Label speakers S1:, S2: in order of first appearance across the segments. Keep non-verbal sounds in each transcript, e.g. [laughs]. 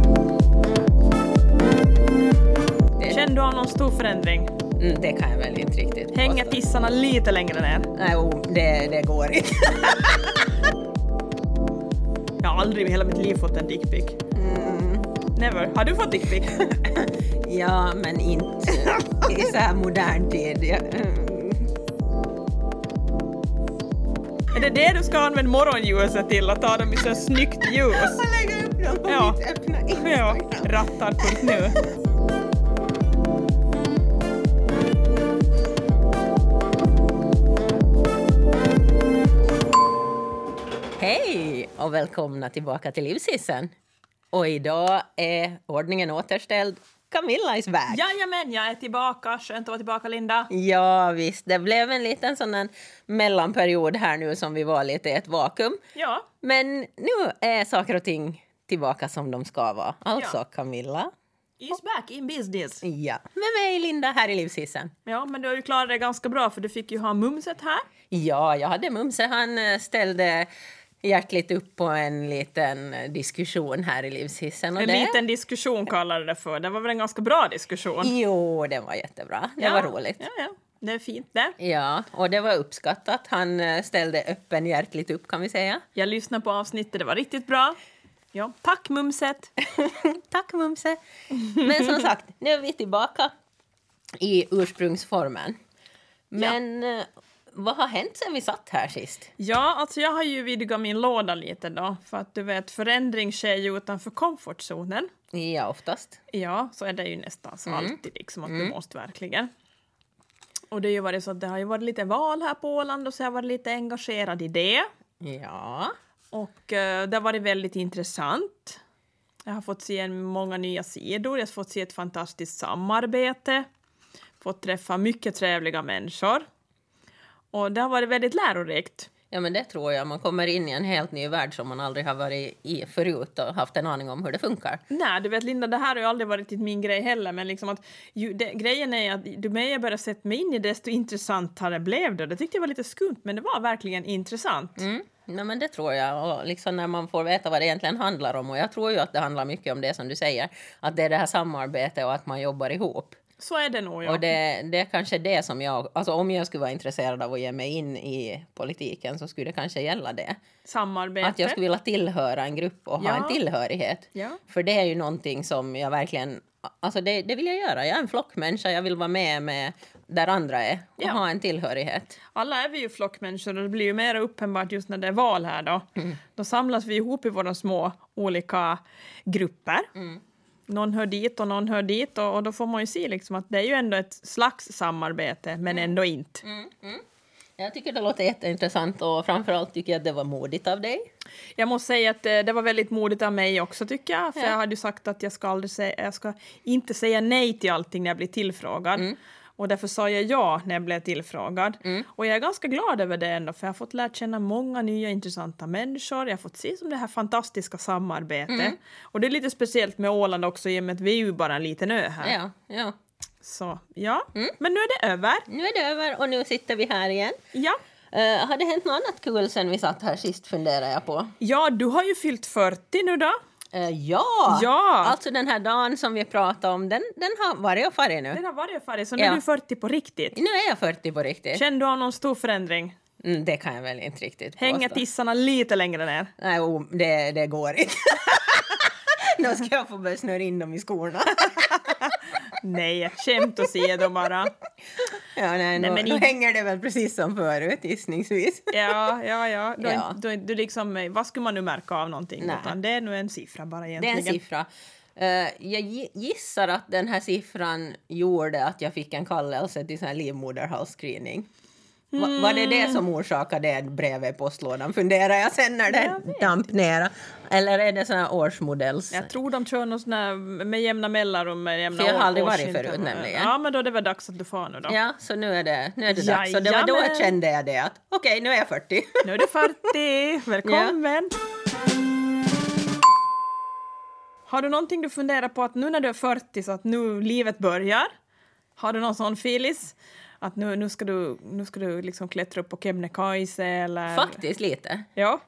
S1: Mm, Alltså-
S2: tassarna lite längre ner.
S1: Nej, oh, det, det går inte. [laughs]
S2: Jag har aldrig i hela mitt liv fått en dickpic.
S1: Mm.
S2: Never. Har du fått dickpic?
S1: Ja, men inte i så här modern tid. Ja. mm.
S2: Är det det du ska använda morgonljuset till? Att ta dem i så här snyggt ljus?
S1: Jag lägger upp dem på
S2: Ja.
S1: mitt öppna
S2: Ja,
S1: Instagram.
S2: rattar.nu.
S1: Hej och välkomna tillbaka till Livshissen. Och idag är ordningen återställd. Camilla is back.
S2: Jajamän, jag är tillbaka. Skönt att vara tillbaka, Linda.
S1: Ja, visst, det blev en liten sån en mellanperiod här nu som vi var lite i ett vakuum.
S2: Ja,
S1: Men nu är saker och ting tillbaka som de ska vara. Alltså
S2: Ja.
S1: Camilla.
S2: is back in business.
S1: Ja. Med mig Linda här i Livshissen.
S2: Ja, men du har ju klarat dig ganska bra för du fick ju ha mumset här.
S1: Ja, jag hade Mumse. Han eh, ställde hjärtligt upp på en liten eh, diskussion här i Livshissen. Och
S2: En
S1: det...
S2: liten diskussion kallade du det för. Det var väl en ganska bra diskussion?
S1: Jo, den var jättebra. Det var roligt.
S2: Ja, ja. Det är fint det.
S1: Ja, och det var uppskattat. Han eh, ställde öppenhjärtligt upp kan vi säga.
S2: Jag lyssnade på avsnittet, det var riktigt bra. Ja, tack mumset!
S1: [laughs] Tack Mumse! [laughs] Men som sagt, nu är vi tillbaka i ursprungsformen. Men eh, vad har hänt sen vi satt här sist?
S2: Ja, alltså jag har ju vidgat min låda lite då, för att du vet, förändring sker ju utanför komfortzonen.
S1: Ja, oftast.
S2: Ja, så är det ju nästan så alltid liksom att du måste verkligen. Och det har ju varit så att det har ju varit lite val här på Åland och så har jag varit lite engagerad i det.
S1: Ja.
S2: Och eh, det har varit väldigt intressant. Jag har fått se många nya sidor, jag har fått se ett fantastiskt samarbete, fått träffa mycket trevliga människor. Och det har varit väldigt lärorikt.
S1: ja, men det tror jag. Man kommer in i en helt ny värld som man aldrig har varit i förut och haft en aning om hur det funkar.
S2: Nej, du vet Linda, det här har ju aldrig varit riktigt min grej heller, men liksom att ju, det, grejen är att ju mer jag började sätta mig in i det, desto intressantare blev det. Det tyckte jag var lite skumt, men det var verkligen intressant.
S1: Mm. Nej, men det tror jag. Och liksom när man får veta vad det egentligen handlar om. Och jag tror ju att det handlar mycket om det som du säger. Att det är det här samarbetet och att man jobbar ihop.
S2: Så är det nog, ja.
S1: Och det, det är kanske det som jag... Alltså om jag skulle vara intresserad av att ge mig in i politiken så skulle det kanske gälla det.
S2: Samarbete.
S1: Att jag skulle vilja tillhöra en grupp och ha
S2: Ja.
S1: en tillhörighet.
S2: Ja.
S1: För det är ju någonting som jag verkligen... Alltså det, det vill jag göra. Jag är en flockmänniska. Jag vill vara med, med där andra är och
S2: Ja.
S1: ha en tillhörighet.
S2: Alla är vi ju flockmänniskor och det blir ju mer uppenbart just när det är val här då. Då samlas vi ihop i våra små olika grupper. Någon hör dit och någon hör dit och, och då får man ju se liksom att det är ju ändå ett slags samarbete men ändå inte.
S1: Jag tycker det låter jätteintressant och framförallt tycker jag att det var modigt av dig.
S2: Jag måste säga att eh, det var väldigt modigt av mig också tycker jag. För jag hade ju sagt att jag ska, aldrig säga, jag ska inte säga nej till allting när jag blir tillfrågad.
S1: Mm.
S2: Och därför sa jag ja när jag blev tillfrågad. Och jag är ganska glad över det ändå för jag har fått lärt känna många nya intressanta människor. Jag har fått se som det här fantastiska samarbetet.
S1: Mm.
S2: Och det är lite speciellt med Åland också i och med att vi är ju bara en liten ö här.
S1: Ja, Mm. ja.
S2: Så ja, men nu är det över.
S1: Nu är det över och nu sitter vi här igen.
S2: Ja.
S1: Eh, har det hänt något annat kul sen vi satt här sist funderar jag på.
S2: ja, du har ju fyllt 40 nu då.
S1: Eh, ja!
S2: Ja.
S1: Alltså den här dagen som vi pratade om, den, den har varit och farit nu.
S2: Den har varit färdig, så nu
S1: Ja.
S2: är du 40 på riktigt.
S1: Nu är jag 40 på riktigt.
S2: Känner du av någon stor förändring?
S1: Mm, det kan jag väl inte riktigt påstå.
S2: Hänga tissarna lite längre ner?
S1: Nej, oh, det, det går inte. [laughs] Då ska jag få börja snöra in dem i skorna. [laughs]
S2: Nej, skämt åsido bara.
S1: Ja, nej,
S2: Nej,
S1: då,
S2: men
S1: då
S2: i-
S1: hänger det väl precis som förut gissningsvis.
S2: Ja, ja, ja. Du,
S1: Ja.
S2: ja. Du, du liksom, vad skulle man nu märka av någonting?
S1: Nej.
S2: Utan det är nu en siffra bara
S1: Det är
S2: egentligen.
S1: en siffra. Eh, jag gi- gissar att den här siffran gjorde att jag fick en kallelse till sån här livmoderhalsscreening. Va, var det det som orsakade det brevet i postlådan? Funderar jag sen när det damp ner. Eller är det sån här årsmodells...
S2: Jag tror de kör någon sån här med jämna mellanrum. Med jämna
S1: För jag har
S2: år-
S1: aldrig varit
S2: årsintervall.
S1: förut, nämligen.
S2: Ja, men då är det väl dags att du får nu då.
S1: Ja, så nu är det, nu är det dags. Så det var då
S2: Jajamän.
S1: kände jag det att okej, nu är jag 40.
S2: Nu är du 40, välkommen! Har du någonting du funderar på att nu när du är 40 så att nu livet börjar? Har du någon sån filis? Att nu, nu ska du, nu ska du liksom klättra upp på Kebnekaise eller...
S1: Faktiskt lite.
S2: Ja.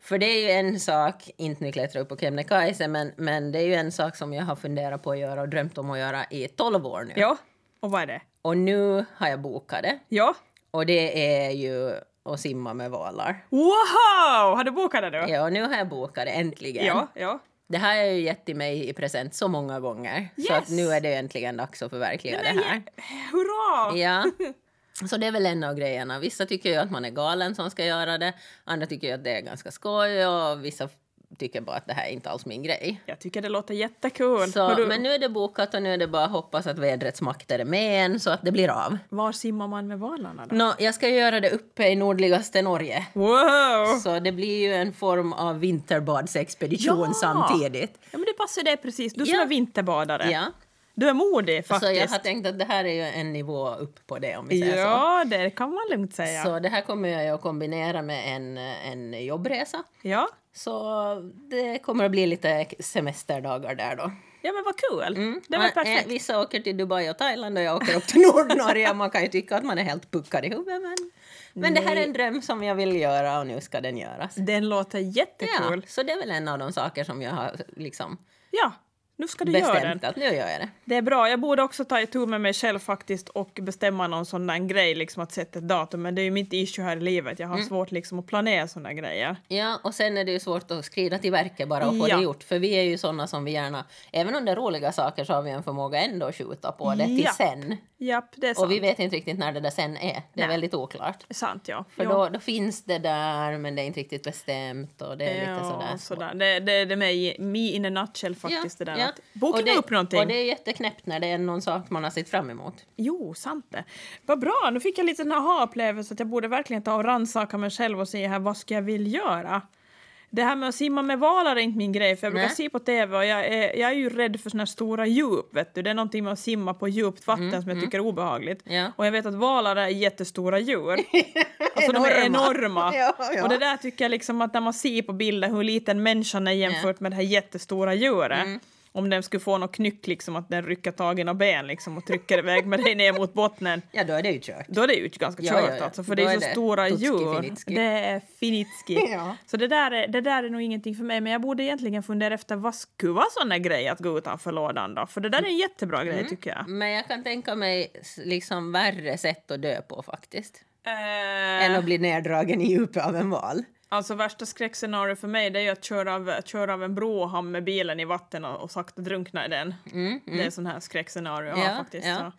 S1: För det är ju en sak, inte nu klättra upp på Kebnekaise, men, men det är ju en sak som jag har funderat på att göra och drömt om att göra i 12 år nu.
S2: Ja. Och vad är det?
S1: Och nu har jag bokat det.
S2: Ja.
S1: Och det är ju att simma med valar.
S2: Wow! Har du bokat det då?
S1: Ja, nu har jag bokat det äntligen.
S2: Ja, ja.
S1: Det här har jag ju gett till mig i present så många gånger. Så
S2: Yes!
S1: att nu är det äntligen dags att förverkliga
S2: Nej,
S1: det här.
S2: Hurra!
S1: Ja. [laughs] Så det är väl en av grejerna. Vissa tycker ju att man är galen som ska göra det. Andra tycker ju att det är ganska skoj och vissa tycker bara att det här är inte alls min grej.
S2: Jag tycker det låter jättekul.
S1: Så,
S2: Har du,
S1: Men nu är det bokat och nu är det bara att hoppas att vädrets makter är med en så att det blir av.
S2: Var simmar man med valarna då?
S1: Nå, jag ska göra det uppe i nordligaste Norge.
S2: Wow!
S1: Så det blir ju en form av vinterbadsexpedition
S2: Ja!
S1: samtidigt.
S2: Ja, men det passar dig precis. Du som
S1: Ja.
S2: är vinterbadare.
S1: Ja.
S2: Du är modig
S1: Så Alltså, jag
S2: faktiskt.
S1: har tänkt att det här är ju en nivå upp på det om vi säger så.
S2: ja, det kan man lugnt säga.
S1: Så det här kommer jag ju att kombinera med en, en jobbresa.
S2: Ja.
S1: Så det kommer att bli lite semesterdagar där då.
S2: ja, men vad kul. Mm, Det var
S1: Man-
S2: perfekt.
S1: eh, Vissa åker till Dubai och Thailand och jag åker upp till [laughs] Nordnorge och man kan ju tycka att man är helt puckad i huvudet men, men det här är en dröm som jag vill göra och nu ska den göras.
S2: Den låter
S1: eh. Ja,
S2: jättekul.
S1: så det är väl en av de saker som jag har liksom
S2: Ja. nu ska du göra den.
S1: bestämt att nu gör jag det.
S2: Det är bra. Jag borde också ta itu med mig själv faktiskt och bestämma någon sån där grej, liksom att sätta ett datum. Men det är ju mitt issue här i livet. Jag har
S1: Mm.
S2: svårt liksom att planera såna grejer.
S1: Ja, och sen är det ju svårt att skrida till verket bara och få
S2: Ja.
S1: det gjort. För vi är ju sådana som vi gärna, även om det är roliga saker så har vi en förmåga ändå att skjuta på det till
S2: Ja.
S1: sen.
S2: Japp, det är sant.
S1: Och vi vet inte riktigt när det där sen är. Det är
S2: Nej.
S1: väldigt oklart.
S2: Sant, ja.
S1: För
S2: Jo.
S1: då, då finns det där men det är inte riktigt bestämt och det är lite sådär.
S2: sådär. Det, det, det är mig, me in a nutshell faktiskt. det där att
S1: Och
S2: boka
S1: det-
S2: upp någonting.
S1: Och det är jätteknäppt när det är någon sak man har sett fram emot.
S2: Jo, sant det. Vad bra, nu fick jag lite en aha-upplevelse att jag borde verkligen ta och rannsaka mig själv och se här, vad ska jag vilja göra? Det här med att simma med valar är inte min grej, för jag brukar
S1: Nej.
S2: se på TV och jag är, jag är ju rädd för såna här stora djup, vet du. Det är någonting med att simma på djupt vatten som jag tycker är obehagligt.
S1: Mm, Ja.
S2: Och jag vet att valar är jättestora
S1: [laughs]
S2: djur. Alltså de är
S1: Enorma.
S2: enorma.
S1: [laughs] Ja, ja.
S2: Och det där tycker jag liksom att när man ser på bilder hur liten människan är jämfört med det här jättestora djuret. Om den skulle få någon knyck, liksom, att den rycker tag i några ben liksom, och trycker iväg med dig ner mot bottnen.
S1: Ja, då är det ju kört.
S2: Då är det ju ganska
S1: Ja,
S2: kört
S1: ja, ja.
S2: alltså, för det
S1: Då
S2: är så
S1: är det
S2: stora
S1: tutski
S2: djur.
S1: finitski.
S2: Det är
S1: [laughs]
S2: finitski.
S1: Ja.
S2: Så det där, är, det där är nog ingenting för mig, men jag borde egentligen fundera efter vad skulle vara sån där grej att gå utanför lådan då? För det där är en jättebra
S1: Mm.
S2: grej tycker jag.
S1: Men jag kan tänka mig s- liksom värre sätt att dö på faktiskt.
S2: Eh,
S1: Än att bli neddragen i djupet av en val.
S2: Alltså värsta skräckscenario för mig det är ju att köra av, köra av en bro och hamna med bilen i vatten och, och sakta drunkna i den. Det är sån här skräckscenario jag har
S1: Mm, Ja,
S2: faktiskt.
S1: ja.
S2: Så.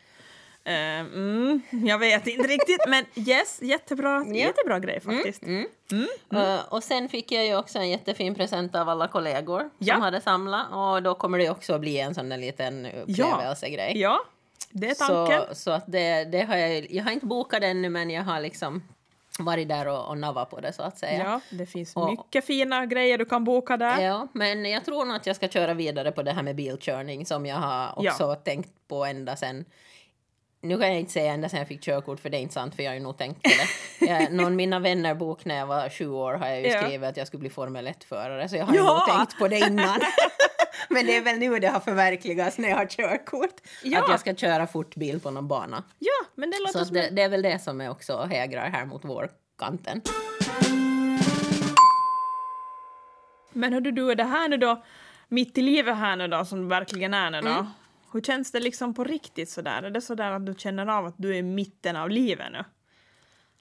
S2: Eh, mm, jag vet inte riktigt men yes, jättebra, jättebra grej
S1: Mm,
S2: faktiskt. Mm.
S1: Eh, och sen fick jag ju också en jättefin present av alla kollegor
S2: Ja.
S1: som hade samlat och då kommer det också att bli en sån där liten upplevelsegrej.
S2: Ja, det är tanken.
S1: Så, så att det, det har jag, jag har inte bokat det ännu men jag har liksom varit där och, och navat på det så att säga.
S2: Ja, det finns
S1: Och-
S2: mycket fina grejer du kan boka där.
S1: Ja, men jag tror nog att jag ska köra vidare på det här med bilkörning som jag har
S2: Ja.
S1: också tänkt på ända sen nu kan jag inte säga ända sen jag fick körkort för det är inte sant för jag har ju nog tänkt på
S2: [laughs]
S1: det. Jag, någon av mina vänner bok när jag var 20 år har jag ju
S2: Ja.
S1: skrivit att jag skulle bli Formel 1-förare så jag har ju
S2: Ja!
S1: nog tänkt på det
S2: [laughs]
S1: innan. Men det är väl nu det har förverkligats när jag har körkort.
S2: Ja.
S1: Att jag ska köra fort bil på någon bana.
S2: Ja, men det
S1: Så
S2: låter
S1: att
S2: som en
S1: det, det är väl det som är också hägrar här mot vårkanten.
S2: Men hur du är det här nu då, mitt i livet här nu då, som du verkligen är nu då.
S1: Mm.
S2: Hur känns det liksom på riktigt sådär? Är det sådär att du känner av att du är i mitten av livet nu?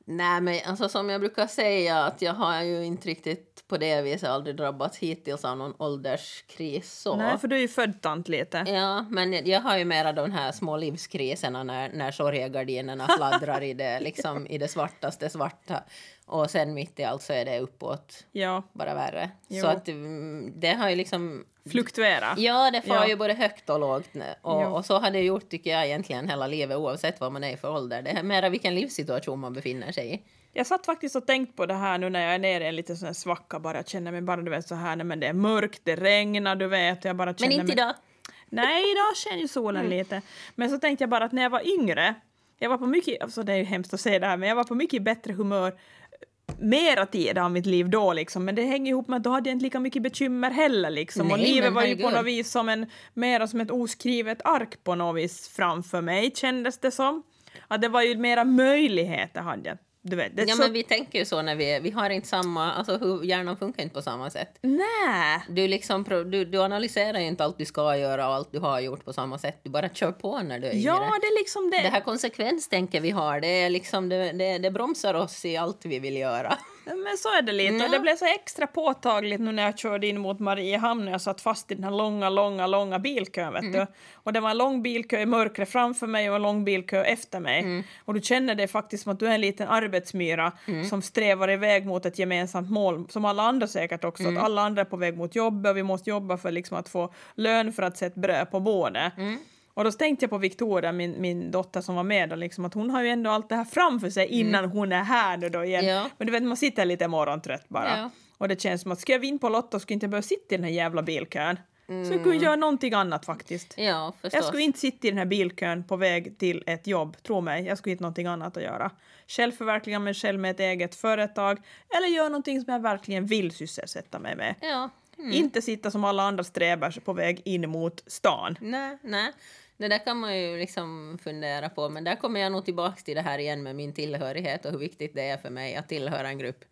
S1: Nej, men alltså som jag brukar säga att jag har ju inte riktigt på det viset aldrig drabbats hittills av någon ålderskris så.
S2: Nej, för du är ju född tant lite.
S1: Ja, men jag har ju mera de här små livskriserna när, när sorgegardinerna fladdrar i [laughs] det, liksom, i det svartaste svarta. Och sen mitt i allt så är det uppåt,
S2: Ja,
S1: bara värre.
S2: Jo.
S1: Så att mm, det har ju liksom...
S2: fluktuera.
S1: Ja, det far
S2: Ja.
S1: ju både högt och lågt. nu.
S2: Ja.
S1: Och, och så har det gjort, tycker jag, egentligen hela livet oavsett vad man är i för ålder. Det är mera vilken livssituation man befinner sig i.
S2: Jag satt faktiskt och tänkt på det här nu när jag är nere i en liten sån här svacka bara. Jag känner mig bara du vet så här, nej men det är mörkt, det regnar, du vet. Jag bara känner
S1: Men inte
S2: mig...
S1: idag.
S2: Nej, idag känner ju solen
S1: Mm.
S2: lite. Men så tänkte jag bara att när jag var yngre, jag var på mycket, alltså det är ju hemskt att säga det här, men jag var på mycket bättre humör mera tid av mitt liv då liksom, men det hänger ihop med att då hade jag inte lika mycket bekymmer heller liksom. och
S1: Nej,
S2: livet
S1: men
S2: var ju på
S1: herregud.
S2: något vis som en, mera som ett oskrivet ark på något vis framför mig kändes det som. Att det var ju mera möjligheter hade jag Du vet, det är
S1: Ja,
S2: så...
S1: men vi tänker ju så när vi, vi har inte samma, alltså hur, hjärnan funkar inte på samma sätt.
S2: Nej.
S1: Du, liksom, pro- du, du analyserar ju inte allt du ska göra och allt du har gjort på samma sätt. Du bara kör på när du är
S2: Ja,
S1: yngre.
S2: det är liksom det.
S1: Det här konsekvenstänket vi har, det, är liksom, det, det, det bromsar oss i allt vi vill göra.
S2: Men så är det lite.
S1: Ja.
S2: Och det blev så extra påtagligt nu när jag körde in mot Mariehamn och jag satt fast i den här långa, långa, långa bilkön. Vet du? Och det var en lång bilkö i mörkret framför mig och en lång bilkö efter mig. Och du känner dig faktiskt som att du är en liten arbetsmyra som strävar iväg mot ett gemensamt mål, som alla andra säkert också. Att alla andra är på väg mot jobbet och vi måste jobba för liksom att få lön för att sätta bröd på bordet. Och då tänkte jag på Victoria, min, min dotter som var med, då, liksom, att hon har ju ändå allt det här framför sig innan hon är här nu då igen.
S1: Mm. Ja.
S2: Men du vet, man sitter lite morgontrött bara.
S1: Ja.
S2: Och det känns som att skulle jag vinna på Lotto skulle jag inte behöva sitta i den här jävla bilkön. Så jag kunde göra någonting annat faktiskt.
S1: Mm. Ja, förstås.
S2: Jag skulle inte sitta i den här bilkön på väg till ett jobb, tro mig. Jag skulle hitta någonting annat att göra. Självförverkliga mig själv med ett eget företag eller göra någonting som jag verkligen vill sysselsätta mig med.
S1: Ja.
S2: Inte sitta som alla andra strävar på väg in mot stan.
S1: Nej, nej. Det där kan man ju liksom fundera på, men där kommer jag nog tillbaka till det här igen med min tillhörighet och hur viktigt det är för mig att tillhöra en grupp.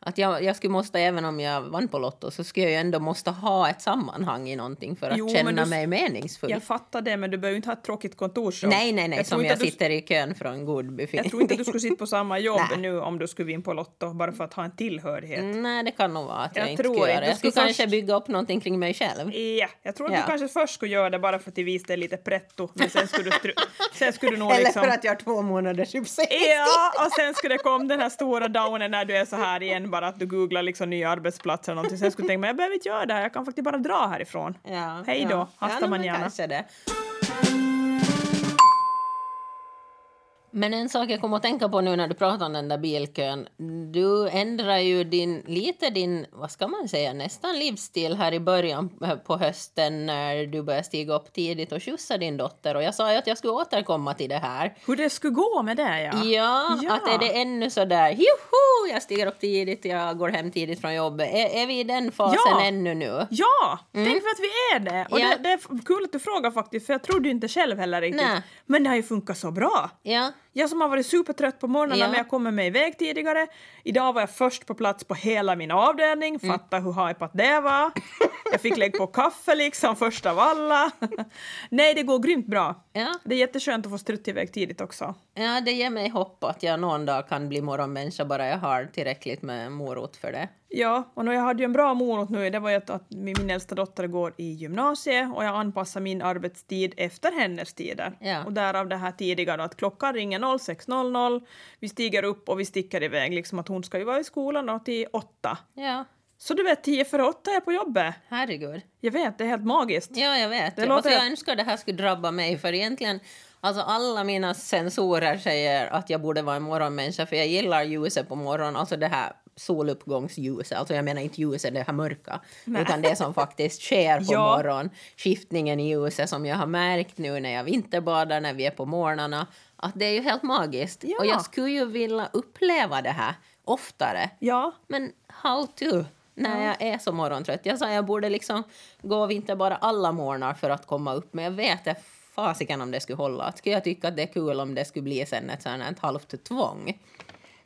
S1: Att jag, jag skulle måste, även om jag vann på Lotto, så skulle jag ju ändå måste ha ett sammanhang i någonting för att
S2: Jo, men
S1: känna
S2: du-
S1: mig meningsfull.
S2: Jag fattar det, men du behöver ju inte ha ett tråkigt kontorsjobb.
S1: nej, nej, nej,
S2: jag tror
S1: som
S2: inte
S1: jag
S2: att du-
S1: sitter i kön från god
S2: Jag tror inte att du
S1: befinning.
S2: skulle sitta
S1: [laughs]
S2: på samma jobb
S1: Nej. Mm.
S2: nu om du skulle vinna på Lotto bara för att ha en tillhörighet.
S1: Nej, det kan nog vara att jag,
S2: Jag
S1: inte
S2: tror inte.
S1: skulle göra det.
S2: Du
S1: Jag skulle
S2: skulle
S1: kanske
S2: först-
S1: bygga upp någonting kring mig själv.
S2: Ja, jag tror att
S1: Ja.
S2: du kanske först skulle göra det bara för att det visar dig lite pretto, men sen skulle du,
S1: [laughs]
S2: stru- sen skulle du nog
S1: Eller
S2: liksom...
S1: för att jag har två månaders uppsägning.
S2: Ja, och sen skulle det komma den här stora downen när du är så här igen, bara att du googlar liksom nya arbetsplatser eller någonting. Sen skulle du tänka, men jag behöver inte göra det här, jag kan faktiskt bara dra härifrån.
S1: Ja,
S2: Hej då,
S1: ja.
S2: hasta
S1: ja, no, men
S2: mañana.
S1: kanske det. Men en sak jag kom att tänka på nu när du pratar om den där bilkön. Du ändrar ju din, lite din, vad ska man säga, nästan livsstil här i början eh, på hösten när du börjar stiga upp tidigt och skjutsa din dotter. Och jag sa ju att jag skulle återkomma till det här.
S2: Hur det skulle gå med det, ja.
S1: Ja,
S2: Ja.
S1: att är det ännu så där, joho, jag stiger upp tidigt, jag går hem tidigt från jobbet. Är, är vi i den fasen
S2: Ja.
S1: ännu nu?
S2: Ja, tänk för att vi är det! Och
S1: Mm. Ja.
S2: det, det är kul att du frågar faktiskt, för jag trodde ju inte själv heller riktigt.
S1: Nej.
S2: Men det har ju funkat så bra!
S1: Ja.
S2: Jag som har varit supertrött på morgnarna
S1: Ja.
S2: men jag kommer mig iväg tidigare. Idag var jag först på plats på hela min avdelning,
S1: Mm.
S2: fatta hur hypat det var. Jag fick lägga på kaffe liksom först av alla. [laughs] Nej, det går grymt bra.
S1: ja.
S2: Det är jätteskönt att få strutta iväg tidigt också.
S1: Ja, det ger mig hopp att jag någon dag kan bli morgonmänniska bara jag har tillräckligt med morot för det.
S2: Ja, och nu, jag hade ju en bra morot nu, det var ju att, att min min äldsta dotter går i gymnasiet och jag anpassar min arbetstid efter hennes tider.
S1: Ja.
S2: Och därav det här tidigare att klockan ringer 06.00, vi stiger upp och vi sticker iväg, liksom att hon ska ju vara i skolan då till åtta.
S1: Ja,
S2: Så du vet, tio före åtta är jag på jobbet.
S1: herregud.
S2: Jag vet, det är helt magiskt.
S1: Ja, jag vet.
S2: Det
S1: Det
S2: låter-
S1: alltså, jag önskar det här skulle drabba mig, för egentligen Alltså alla mina sensorer säger att jag borde vara en morgonmänniska för jag gillar ljuset på morgonen, alltså det här soluppgångsljuset. Alltså jag menar inte ljuset, det här mörka, utan det som faktiskt sker på
S2: [laughs] Ja.
S1: morgonen. Skiftningen i ljuset som jag har märkt nu när jag vinterbadar, när vi är på morgnarna. Att det är ju helt magiskt.
S2: Ja.
S1: Och jag skulle ju vilja uppleva det här oftare.
S2: Ja,
S1: Men how to? När jag är så morgontrött. Jag sa jag borde liksom gå och vintra bara alla morgnar för att komma upp. Men jag vet inte fasiken om det skulle hålla. Att Skulle jag tycka att det är kul om det skulle bli sen ett, sånt här, ett halvt tvång?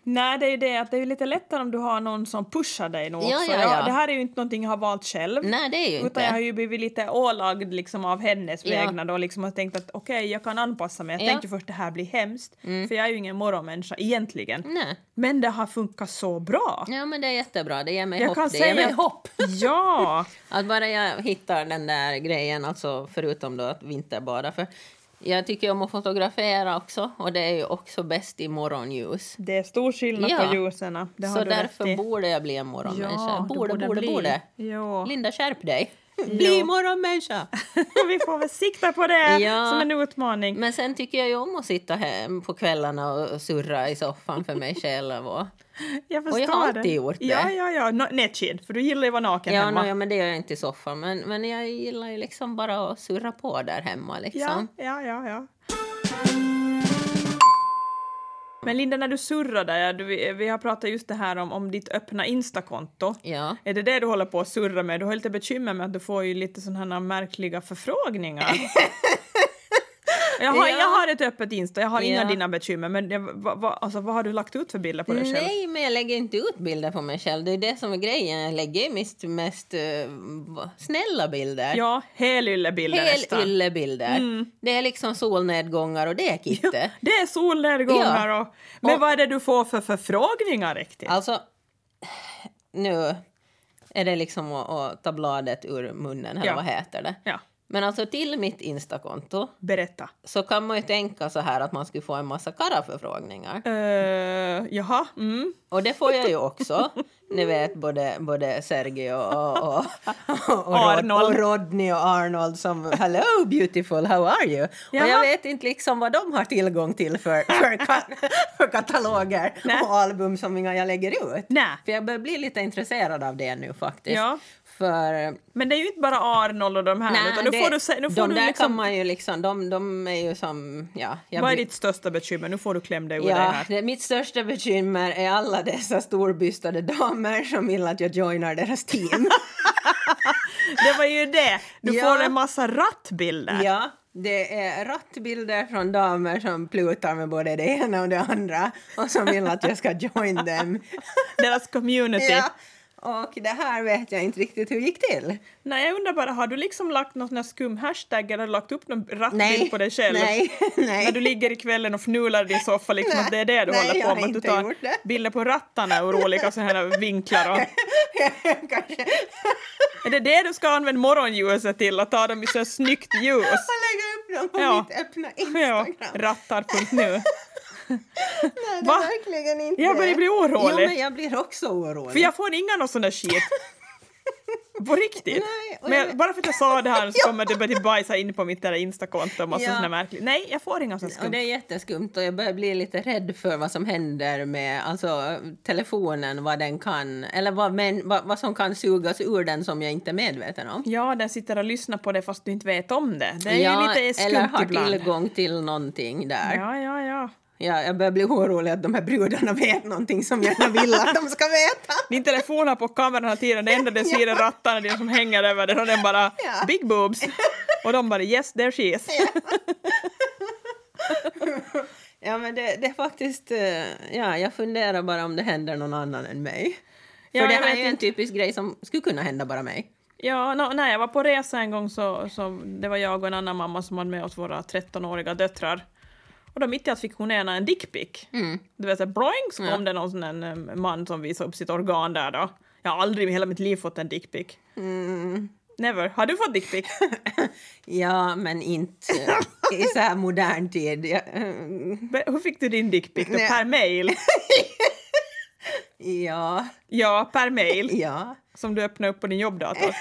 S2: Nej, det är ju det att det är ju lite lättare om du har någon som pushar dig nog
S1: Ja,
S2: också.
S1: ja,
S2: Jag-
S1: ja.
S2: Det här är ju inte någonting jag har valt själv.
S1: Nej, det är ju
S2: Utan jag har
S1: inte.
S2: ju blivit lite ålagd liksom av hennes
S1: Ja.
S2: vägnar då liksom och tänkt att okej, jag kan anpassa mig. Jag
S1: Ja. Mm.
S2: tänkte först det här blir hemskt, för jag är ju ingen morgonmänniska egentligen.
S1: Nej.
S2: Men det har funkat så bra.
S1: Ja, men det är jättebra. Det ger mig
S2: Jag
S1: hopp.
S2: kan
S1: det ger
S2: säga
S1: mig
S2: att-
S1: hopp.
S2: [laughs] Ja!
S1: Att bara jag hittar den där grejen, alltså förutom då att vinterbada. För jag tycker om att fotografera också och det är ju också bäst i morgonljus.
S2: Det är stor skillnad
S1: Ja.
S2: på ljusen. Det har
S1: Så
S2: du
S1: därför
S2: rätt i.
S1: borde jag bli en morgonmänniska.
S2: Ja, du
S1: borde, borde, borde.
S2: bli.
S1: borde.
S2: Ja.
S1: Linda, skärp [laughs] dig! Bli morgonmänniska!
S2: [laughs] Vi får väl sikta på det
S1: [laughs] Ja.
S2: som en utmaning.
S1: [laughs] Men sen tycker jag ju om att sitta hem på kvällarna och surra i soffan för mig själv. [laughs] Och...
S2: Jag förstår
S1: Och jag har alltid
S2: det.
S1: gjort det.
S2: Ja, ja, ja. No, Nätkid, för du gillar ju att vara naken
S1: Ja,
S2: hemma.
S1: nå, ja, men det gör jag inte i soffan. Men, men jag gillar ju liksom bara att surra på där hemma.
S2: Ja,
S1: Liksom.
S2: ja, ja, ja. Men Linda, när du surrar där, ja, du, vi- vi har pratat just det här om, om ditt öppna Insta-konto.
S1: Ja.
S2: Är det det du håller på att surra med? Du
S1: [laughs]
S2: har lite bekymmer med att du får ju lite sådana här märkliga förfrågningar. Jag har,
S1: Ja.
S2: jag har ett öppet Insta, jag har inga
S1: Ja.
S2: dina bekymmer. Men jag, va, va, alltså, vad har du lagt ut för bilder på dig själv?
S1: Nej, men jag lägger inte ut bilder på mig själv. Det är det som är grejen. Jag lägger mest, mest eh, va- snälla bilder.
S2: Ja, helyllebilder
S1: Helt
S2: nästan.
S1: yllebilder. Det är liksom solnedgångar och det är [laughs] kitte.
S2: Det är solnedgångar
S1: Ja.
S2: och... Men
S1: Och-
S2: vad är det du får för förfrågningar riktigt?
S1: Alltså, nu är det liksom att, att ta bladet ur munnen, eller
S2: Ja.
S1: vad heter det?
S2: Ja,
S1: Men alltså till mitt Instakonto
S2: berätta.
S1: så kan man ju tänka så här att man skulle få en massa karaförfrågningar.
S2: Uh,
S1: Eh,
S2: jaha, mm.
S1: Och det får jag ju också.
S2: [laughs]
S1: Ni vet både, både Sergio och, och, och, och,
S2: Arnold.
S1: Rod- och Rodney och Arnold som Hello beautiful, how are you? Och
S2: Jaha.
S1: jag vet inte liksom vad de har tillgång till för, för,
S2: [laughs]
S1: ka- för kataloger
S2: Nej.
S1: och album som inga jag lägger ut.
S2: Nej.
S1: För jag börjar bli lite intresserad av det nu faktiskt.
S2: Ja.
S1: För
S2: Men det är ju inte bara Arnold och de här, utan nu
S1: det-
S2: får du, se- nu får
S1: de
S2: du
S1: där kan
S2: liksom...
S1: man ju liksom, de, de är ju som, ja. jag
S2: Vad är
S1: blir-
S2: ditt största bekymmer? Nu får du kläm dig ur det
S1: Ja,
S2: här.
S1: det, mitt största bekymmer är alla dessa storbystade damer som vill att jag joinar
S2: [laughs]
S1: deras team.
S2: Det var ju det! Du
S1: Ja.
S2: får en massa rattbilder.
S1: ja, det är rattbilder från damer som plutar med både det ena och det andra och som vill att
S2: [laughs]
S1: jag ska join dem.
S2: Deras community.
S1: ja, och det här vet jag inte riktigt hur det gick till.
S2: Nej, jag undrar bara, har du liksom lagt någon sån här skum hashtag eller lagt upp någon rattbild
S1: Nej,
S2: på dig själv?
S1: nej, [laughs] nej.
S2: När du ligger i kvällen och fnular i din soffa, liksom,
S1: Nej,
S2: att det är det du
S1: nej,
S2: håller
S1: jag
S2: på
S1: har
S2: med? Att du
S1: inte
S2: tar
S1: gjort det.
S2: bilder på rattarna ur olika så här vinklar? Och...
S1: [laughs] Kanske
S2: Är det det du ska använda morgonljuset till? Att ta dem i så här snyggt ljus?
S1: jag lägger upp dem på
S2: Ja.
S1: mitt öppna
S2: [laughs] Ja,
S1: Instagram.
S2: rattar.nu.
S1: [laughs] Nej, det
S2: Va?
S1: är verkligen inte
S2: Jag börjar
S1: det.
S2: bli orolig.
S1: Jo, men jag blir också orolig.
S2: För jag får inga någon sån där shit. På riktigt.
S1: Nej, och
S2: men
S1: jag-
S2: jag, bara för att jag sa det här
S1: [laughs]
S2: så kommer det börja bajsa in på mitt där Insta-konto och massa
S1: Ja.
S2: såna märkliga... Nej, jag får inga såna
S1: Och det
S2: skumma.
S1: är jätteskumt och jag börjar bli lite rädd för vad som händer med alltså, telefonen, vad den kan, eller vad, men, vad, vad som kan sugas ur den som jag inte är medveten om.
S2: Ja, den sitter och lyssnar på det fast du inte vet om det. Det är
S1: Ja,
S2: ju lite skumt
S1: eller har
S2: ibland.
S1: tillgång till någonting där. Ja.
S2: Ja, ja, ja.
S1: jag börjar bli orolig att de här brudarna vet någonting som jag inte vill att de ska veta.
S2: Din telefon har på kameran hela tiden, det enda den
S1: [laughs]
S2: ser är rattarna det som hänger över den och den bara
S1: Ja.
S2: “big
S1: [laughs]
S2: boobs” och de bara “yes, there she is”.
S1: Ja, men det, det är faktiskt... eh, Ja, jag funderar bara om det händer någon annan än mig. För
S2: Ja,
S1: det
S2: jag
S1: här är
S2: vet
S1: ju en typisk grej som skulle kunna hända bara mig.
S2: Ja, nå- när jag var på resa en gång så, så det var jag och en annan mamma som hade med oss våra 13-åriga döttrar. Och då mitt i allt fick hon ena en dickpic. Du vet, så här, broing så kom det någon sån där, eh, man som visade upp sitt organ där då. Jag har aldrig i hela mitt liv fått en dickpic. Mm. Never. Har du fått dickpic?
S1: Ja, men inte
S2: [laughs]
S1: eh, i så här modern tid. Ja, eh,
S2: Be- Hur fick du din dickpic då?
S1: Nej.
S2: Per mail?
S1: ja,
S2: Ja, per mail.
S1: ja.
S2: Som du öppnade upp på din jobbdator.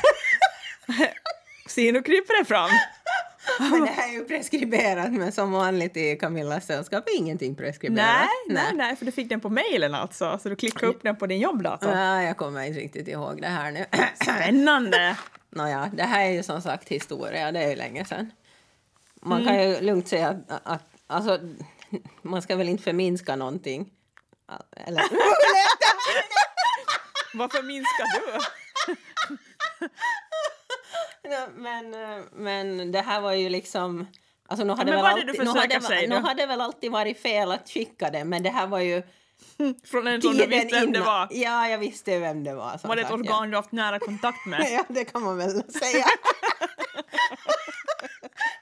S2: Se, nu kryper det fram.
S1: Men det här är ju preskriberat, men som vanligt i Camillas sällskap är ingenting preskriberat.
S2: Nej, nej, nej, för du fick den på mailen alltså. Så du klickade upp den på din jobbdator.
S1: Ja, jag kommer inte riktigt ihåg det här nu. [clears throat]
S2: Spännande!
S1: Nåja, det här är ju som sagt historia, det är ju länge sedan.
S2: Mm.
S1: Man kan ju lugnt säga att, att alltså, man ska väl inte förminska någonting.
S2: [laughs]
S1: Eller,
S2: Varför minskar du?
S1: men, eh, men det här var ju liksom... Alltså, nu hade
S2: Men
S1: väl
S2: vad är det
S1: alltid,
S2: du
S1: nu hade,
S2: försöker säga
S1: nu
S2: då?
S1: hade väl alltid varit fel att skicka det, men det här var ju
S2: Från en som du visste vem det var.
S1: Ja, jag visste vem det var. som
S2: Var det ett
S1: sagt,
S2: organ du haft nära kontakt
S1: Ja.
S2: med?
S1: [laughs] ja, det kan man väl
S2: [laughs]
S1: säga.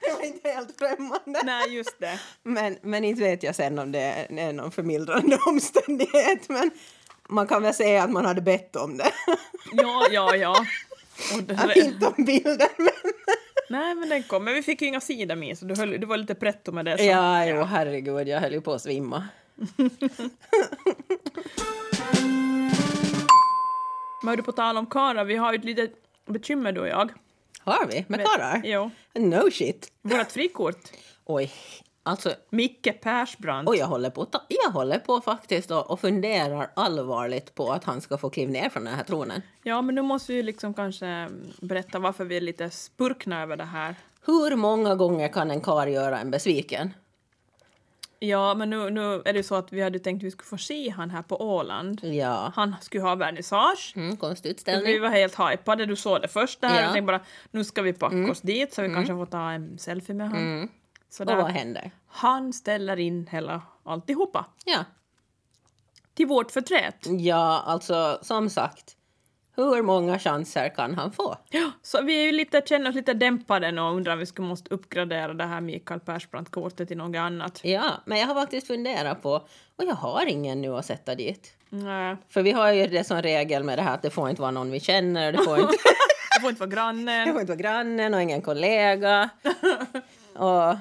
S1: det var inte helt främmande.
S2: Nej, just det.
S1: Men, men inte vet jag sen om det är någon förmildrande [laughs] omständighet. Men man kan väl säga att man hade bett om det.
S2: Ja, ja, ja. Och det
S1: [laughs] inte om bilden, men...
S2: nej, men den kom. Men vi fick ju inga sidor med, så du, höll, du var lite pretto med det. Så.
S1: Ja, jo, herregud, jag höll ju på att svimma.
S2: Men du, på tal om karlar, vi har ju ett litet bekymmer du och jag.
S1: Har vi? Med karlar?
S2: Jo.
S1: No shit.
S2: Vårt frikort.
S1: Oj, alltså...
S2: Micke Persbrandt.
S1: Och jag håller på, att ta- jag håller på faktiskt och, och funderar allvarligt på att han ska få kliva ner från den här tronen.
S2: Ja, men nu måste vi ju liksom kanske mm, berätta varför vi är lite spurkna över det här.
S1: Hur många gånger kan en karl göra en besviken?
S2: Ja, men nu, nu är det ju så att vi hade ju tänkt att vi skulle få se han här på
S1: Mm.
S2: Åland.
S1: Ja.
S2: Han skulle ha vernissage.
S1: Mm,
S2: Alltså, Vi
S1: konstutställning.
S2: var helt hypade, du såg det först där
S1: Ja. Mm.
S2: och tänkte bara nu ska vi packa oss dit så vi kanske får ta en selfie med honom. Så
S1: Och vad
S2: där,
S1: händer?
S2: han ställer in hela alltihopa.
S1: Ja.
S2: Till vårt förtret.
S1: ja, alltså som sagt, hur många chanser kan han få?
S2: Ja, Så vi är ju lite, känner oss lite dämpade nu och undrar om vi ska måste uppgradera det här Mikael Persbrandt-kortet till något annat.
S1: Ja, men jag har faktiskt funderat på, och jag har ingen nu att sätta dit.
S2: Nej,
S1: För vi har ju det som regel med det här att det får inte vara någon vi känner, det får inte,
S2: det får inte vara
S1: det
S2: grannen.
S1: får inte vara grannen och ingen kollega. Och,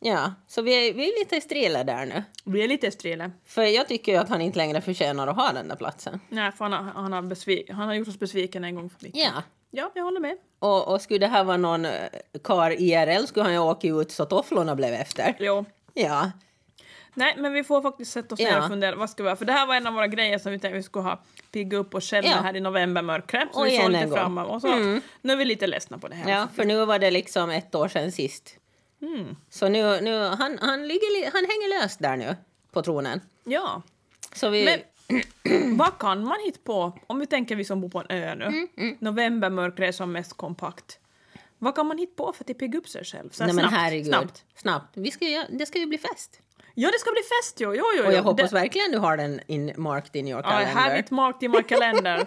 S1: ja, så vi är, vi är lite i strila där nu.
S2: Vi är lite strila.
S1: För jag tycker ju att han inte längre förtjänar att ha den där platsen.
S2: Nej, för han har, han, har besvi- han har gjort oss besviken en gång för mycket.
S1: Ja,
S2: Ja, jag håller med.
S1: och, och skulle det här vara någon eh, kar IRL skulle han ju åka ut så tofflorna blev efter.
S2: Jo.
S1: Ja,
S2: Nej, men vi får faktiskt sätta oss ner
S1: Ja.
S2: och fundera. Vad ska vi ha? För det här var en av våra grejer som vi tänkte vi skulle ha pigga upp och känna
S1: Ja.
S2: här i novembermörkret. Så
S1: Och
S2: vi såg
S1: igen
S2: lite
S1: en gång.
S2: fram och så. Nu är vi lite ledsna på Alltså, det Mm. här.
S1: ja, för nu var det liksom ett år sedan sist. Så nu, nu han, han, ligger, li- han hänger löst där nu på tronen.
S2: Ja.
S1: Så vi,
S2: Men [clears throat] vad kan man hitta på, om vi tänker vi som bor på en ö nu,
S1: Mm,
S2: novembermörkret är som mest kompakt. Vad kan man hitta på för att pigga upp sig själv? Så här
S1: nej men
S2: snabbt,
S1: herregud,
S2: snabbt.
S1: snabbt. Vi ska, ju göra- det ska ju bli fest.
S2: Ja, det ska bli fest jo, jo, jo.
S1: Och
S2: jo.
S1: jag hoppas
S2: det,
S1: verkligen du har den in, marked in your
S2: ja, jag have
S1: calendar.
S2: it marked
S1: [laughs]
S2: in my calendar.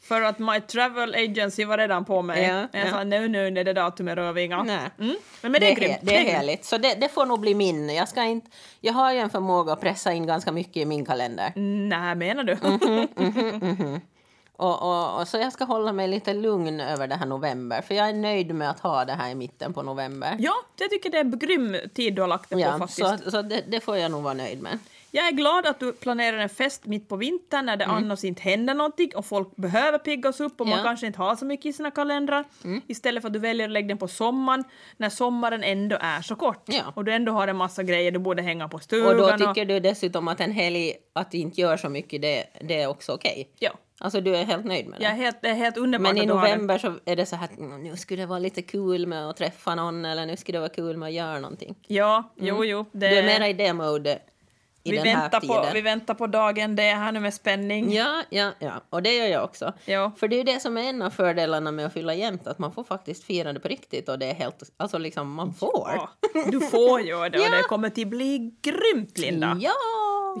S2: för att my travel agency var redan på mig.
S1: Ja,
S2: Men jag
S1: ja.
S2: sa nu, nu, det där datumet rör vi inga.
S1: Nej.
S2: Mm. Men, men det, är grymt.
S1: Det är
S2: grymt.
S1: heligt. Så det, det får nog bli min. Jag, ska inte, jag har ju en förmåga att pressa in ganska mycket i min kalender.
S2: Nej, menar du?
S1: Mhm. Och, och, och, så jag ska hålla mig lite lugn över det här november. För jag är nöjd med att ha det här i mitten på november.
S2: [laughs] ja, jag tycker det är en grym tid du har lagt det på
S1: Ja,
S2: faktiskt.
S1: så så det, det får jag nog vara nöjd med.
S2: Jag är glad att du planerar en fest mitt på vintern när det annars inte händer någonting och folk behöver piggas upp och man
S1: Mm. Ja. Mm.
S2: kanske inte har så mycket i sina kalendrar. Istället för att du väljer att lägga den på sommaren när sommaren ändå är så kort
S1: Ja.
S2: och du ändå har en massa grejer du borde hänga på
S1: Och
S2: stugan.
S1: då tycker du dessutom att en helg, att det inte gör så mycket, det, det är också okej.
S2: Ja,
S1: Alltså du är helt nöjd med det?
S2: jag är helt, det är helt underbart
S1: Men i
S2: att du har den.
S1: november så är det så här att "Mm, nu skulle det vara lite kul med att träffa någon eller nu skulle det vara kul med att göra någonting.
S2: Ja, jo, jo. Det,
S1: Mm. Du är mera i det mode i
S2: Eh, vi,
S1: den
S2: väntar
S1: här tiden.
S2: på, vi väntar på dagen det är här nu med spänning.
S1: Ja, ja, ja. Och det gör jag också.
S2: Ja.
S1: För det är ju det som är en av fördelarna med att fylla jämnt, att man får faktiskt fira det på riktigt och det är helt, alltså liksom man får.
S2: Ja, du får göra det och
S1: [laughs] Ja.
S2: det kommer att bli grymt Linda.
S1: Ja!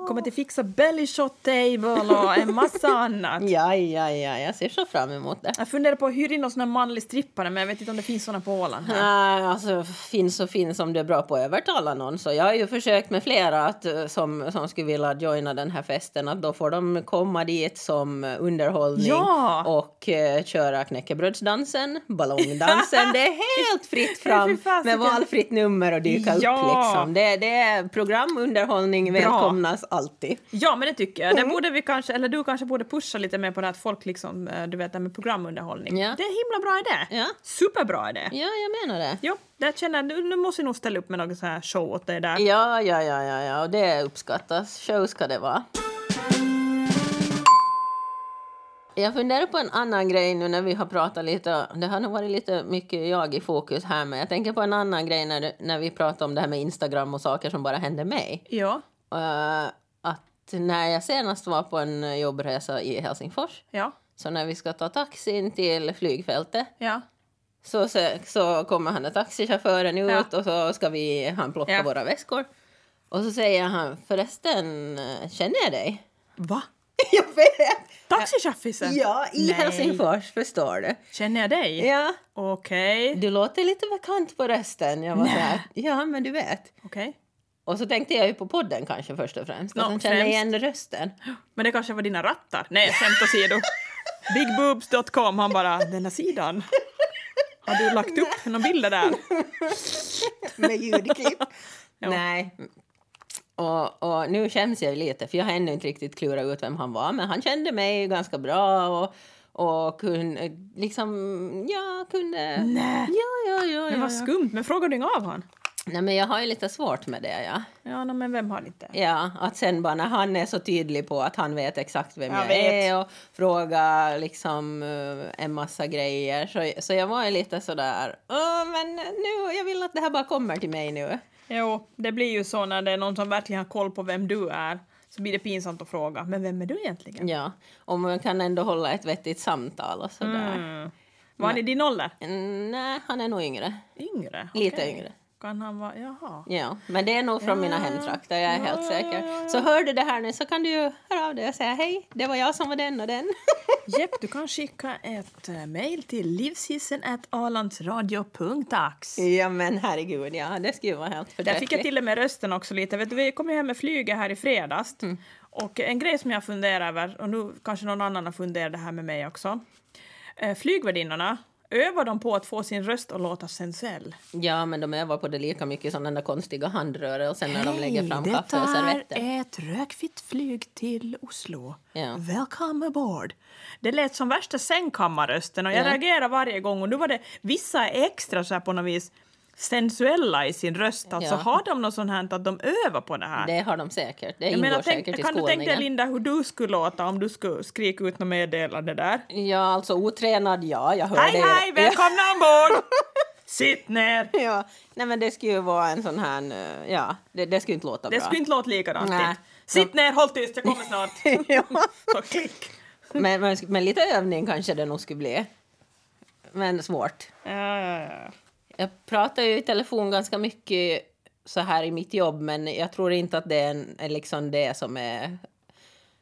S2: Vi kommer att fixa belly shot table och en
S1: [laughs]
S2: massa annat.
S1: Ja, ja, ja, jag ser så fram emot det.
S2: Jag funderar på att hyra in någon sån här manlig strippare men jag vet inte om det finns såna på Åland här.
S1: Nej, alltså finns och finns om du är bra på att övertala någon. Så jag har ju försökt med flera att, eh, som, som skulle vilja joina den här festen att då får de komma dit som underhållning
S2: Ja!
S1: och eh, köra knäckebrödsdansen, ballongdansen. [laughs] det är helt fritt fram
S2: Fy fasiken.
S1: med valfritt nummer och dyka upp
S2: Ja!
S1: liksom. Det, det är program, underhållning välkomnas alltid.
S2: Ja men det tycker
S1: Mm.
S2: jag. Det borde vi kanske, eller du kanske borde pusha lite mer på det här att folk liksom, eh, du vet det här med programunderhållning.
S1: Ja.
S2: Det är en himla bra idé.
S1: Ja.
S2: Superbra idé.
S1: Ja, jag menar det.
S2: Jo, där känner jag, nu, nu måste jag nog ställa upp med någon sån här show åt dig där.
S1: Ja, ja, ja, ja, ja, och det uppskattas. Show ska det vara. Jag funderar på en annan grej nu när vi har pratat lite. Det har nog varit lite mycket jag i fokus här, men jag tänker på en annan grej när, när vi pratar om det här med Instagram och saker som bara händer mig.
S2: Ja.
S1: Eh, att när jag senast var på en jobbresa i Helsingfors,
S2: Ja.
S1: så när vi ska ta taxin till flygfältet
S2: Ja.
S1: så, så, så kommer han och taxichauffören ut
S2: Ja.
S1: och så ska vi, han plocka
S2: Ja.
S1: våra väskor. Och så säger han, förresten, eh, känner jag dig? [laughs]
S2: Va?
S1: Jag vet!
S2: Taxichaffisen?
S1: Ja, i
S2: Nej.
S1: Helsingfors, förstår du.
S2: Känner jag dig?
S1: Ja,
S2: Okej.
S1: du låter lite bekant på rösten. Jag var så här, ja men du vet.
S2: Okej.
S1: Och så tänkte jag ju på podden kanske först och främst.
S2: Nå,
S1: att han känner
S2: främst.
S1: igen rösten.
S2: Men det kanske var dina rattar? Nej, skämt [laughs]
S1: [laughs]
S2: åsido. Bigboobs.com, han bara “den här sidan”. Har du lagt upp några bilder där?
S1: med ljudklipp.
S2: [laughs] Ja.
S1: Nej. Och, och nu känns jag ju lite, för jag har ännu inte riktigt klurat ut vem han var, men han kände mig ganska bra och, och kunde liksom, ja, kunde...
S2: [laughs] Nej.
S1: Ja, ja, ja.
S2: Men
S1: ja,
S2: vad
S1: ja.
S2: skumt, men frågar du inget av han?
S1: Nej, men jag har ju lite svårt med det, ja.
S2: Ja, nej, men vem har inte?
S1: Ja, att sen bara när han är så tydlig på att han vet exakt vem
S2: Jag
S1: jag,
S2: vet.
S1: är och frågar liksom eh, en massa grejer. Så, så jag var ju lite sådär, åh, men nu, jag vill att det här bara kommer till mig nu.
S2: Jo, det blir ju så när det är någon som verkligen har koll på vem du är så blir det pinsamt att fråga “men vem är du egentligen?”
S1: Ja, och man kan ändå hålla ett vettigt samtal och sådär.
S2: mm. Var han i din ålder?
S1: Mm, Nej, han är nog yngre.
S2: Yngre?
S1: Lite
S2: Okej.
S1: yngre.
S2: klockan. Han var, jaha.
S1: Ja, men det är nog från mina
S2: Ja,
S1: hemtrakter, jag är
S2: ja,
S1: helt
S2: ja,
S1: säker.
S2: ja, ja.
S1: Så hör du det här nu så kan du ju höra av dig och säga hej, det var jag som var den
S2: [laughs]
S1: och den.
S2: Jepp, du kan skicka ett eh, mejl till livshissen alandsradio.ax.
S1: ja men herregud, ja det skulle ju vara helt
S2: Där fick jag
S1: förträffligt.
S2: till och med rösten också lite. Vet du, vi kom ju hem med flyget här i fredags.
S1: Mm.
S2: Och en grej som jag funderar över, och nu kanske någon annan har funderat det här med mig också. Eh, Flygvärdinnorna, övar de på att få sin röst att låta sensuell?
S1: Ja men de övar på det lika mycket som den där konstiga handrörelsen när de lägger fram
S2: Hej,
S1: kaffe och servetter.
S2: Detta är ett rökfritt flyg till Oslo.
S1: Ja.
S2: Welcome aboard! Det lät som värsta sängkammarrösten och jag
S1: Ja.
S2: reagerade varje gång. Och nu var det vissa är extra så här på något vis sensuella i sin röst. Alltså
S1: Ja.
S2: har de något sånt här att de övar på det här?
S1: Det har de säkert, det
S2: jag
S1: ingår
S2: menar, tänk,
S1: säkert i
S2: kan du tänka dig
S1: skolningen.
S2: Linda hur du skulle låta om du skulle skrika ut något meddelande där?
S1: Ja, alltså otränad, ja, jag hör
S2: Hej
S1: det.
S2: hej, välkomna
S1: [laughs]
S2: ombord! Sitt ner!
S1: Ja, nej men det skulle ju vara en sån här, eh, ja, det, det skulle inte låta
S2: Det
S1: bra. [laughs]
S2: skulle inte låta likadant.
S1: Nej.
S2: Sitt ner, håll tyst, jag kommer snart.
S1: [laughs] ja.
S2: Så klick.
S1: men, men, men lite övning kanske det nog skulle bli. Men svårt.
S2: Ja, ja, ja.
S1: Jag pratar ju i telefon ganska mycket så här i mitt jobb, men jag tror inte att det är, en, är liksom det som är,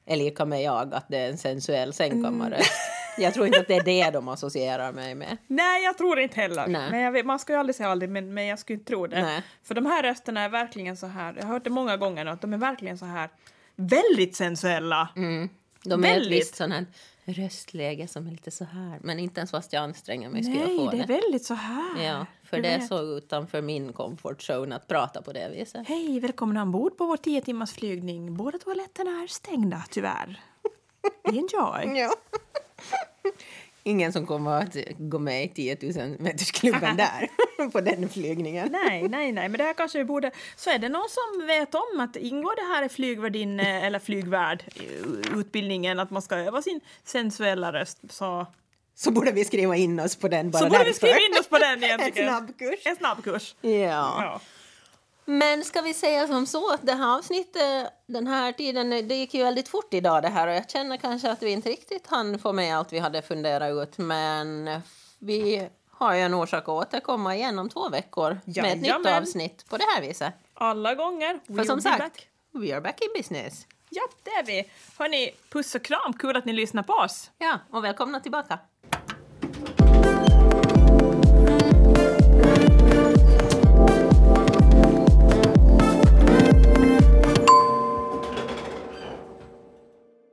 S1: är lika med jag, att det är en sensuell sängkammare. [laughs] Jag tror inte att det är det de associerar mig med.
S2: Nej, jag tror inte heller.
S1: Nej.
S2: Men jag vet, man ska ju aldrig säga aldrig, men, men jag skulle inte tro det.
S1: Nej.
S2: För de här rösterna är verkligen så här, jag har hört det många gånger nu, att de är verkligen så här väldigt sensuella.
S1: Mm, De är ett
S2: Väldigt.
S1: visst sån här röstläge som är lite så här, men inte ens fast jag anstränger mig skulle jag
S2: Nej,
S1: få
S2: det är väldigt så här.
S1: Ja, för
S2: Du
S1: det är
S2: vet.
S1: så utanför min comfort zone att prata på det viset.
S2: Hej, välkomna ombord på vår 10 timmars flygning. Båda toaletterna är stängda, tyvärr. Enjoy!
S1: Ja. [laughs] Ingen som kommer att gå med i 10 000
S2: [laughs]
S1: metersklubben där, [laughs] på den flygningen.
S2: Nej, nej, nej, men det här kanske vi borde... Så är det någon som vet om att ingår det här i flygvärdin eller flygvärd eh, utbildningen att man ska öva sin sensuella röst så,
S1: Så borde vi skriva in oss på den bara
S2: så borde vi
S1: därför.
S2: skriva in oss på
S1: [laughs]
S2: den igen
S1: En
S2: tycker jag.
S1: snabbkurs.
S2: En snabbkurs.
S1: Ja.
S2: Ja.
S1: Men ska vi säga som så att det här avsnittet, den här tiden, det gick ju väldigt fort idag det här och jag känner kanske att vi inte riktigt hann få med allt vi hade funderat ut men vi har ju en orsak att återkomma igen om två veckor med ett nytt
S2: Jajamän.
S1: avsnitt på det här viset.
S2: Alla gånger.
S1: För
S2: We'll
S1: som
S2: be
S1: sagt,
S2: back.
S1: we are back in business.
S2: Ja, det är vi. Hörni, puss och kram. Kul att ni lyssnar på oss.
S1: Ja, och välkomna tillbaka.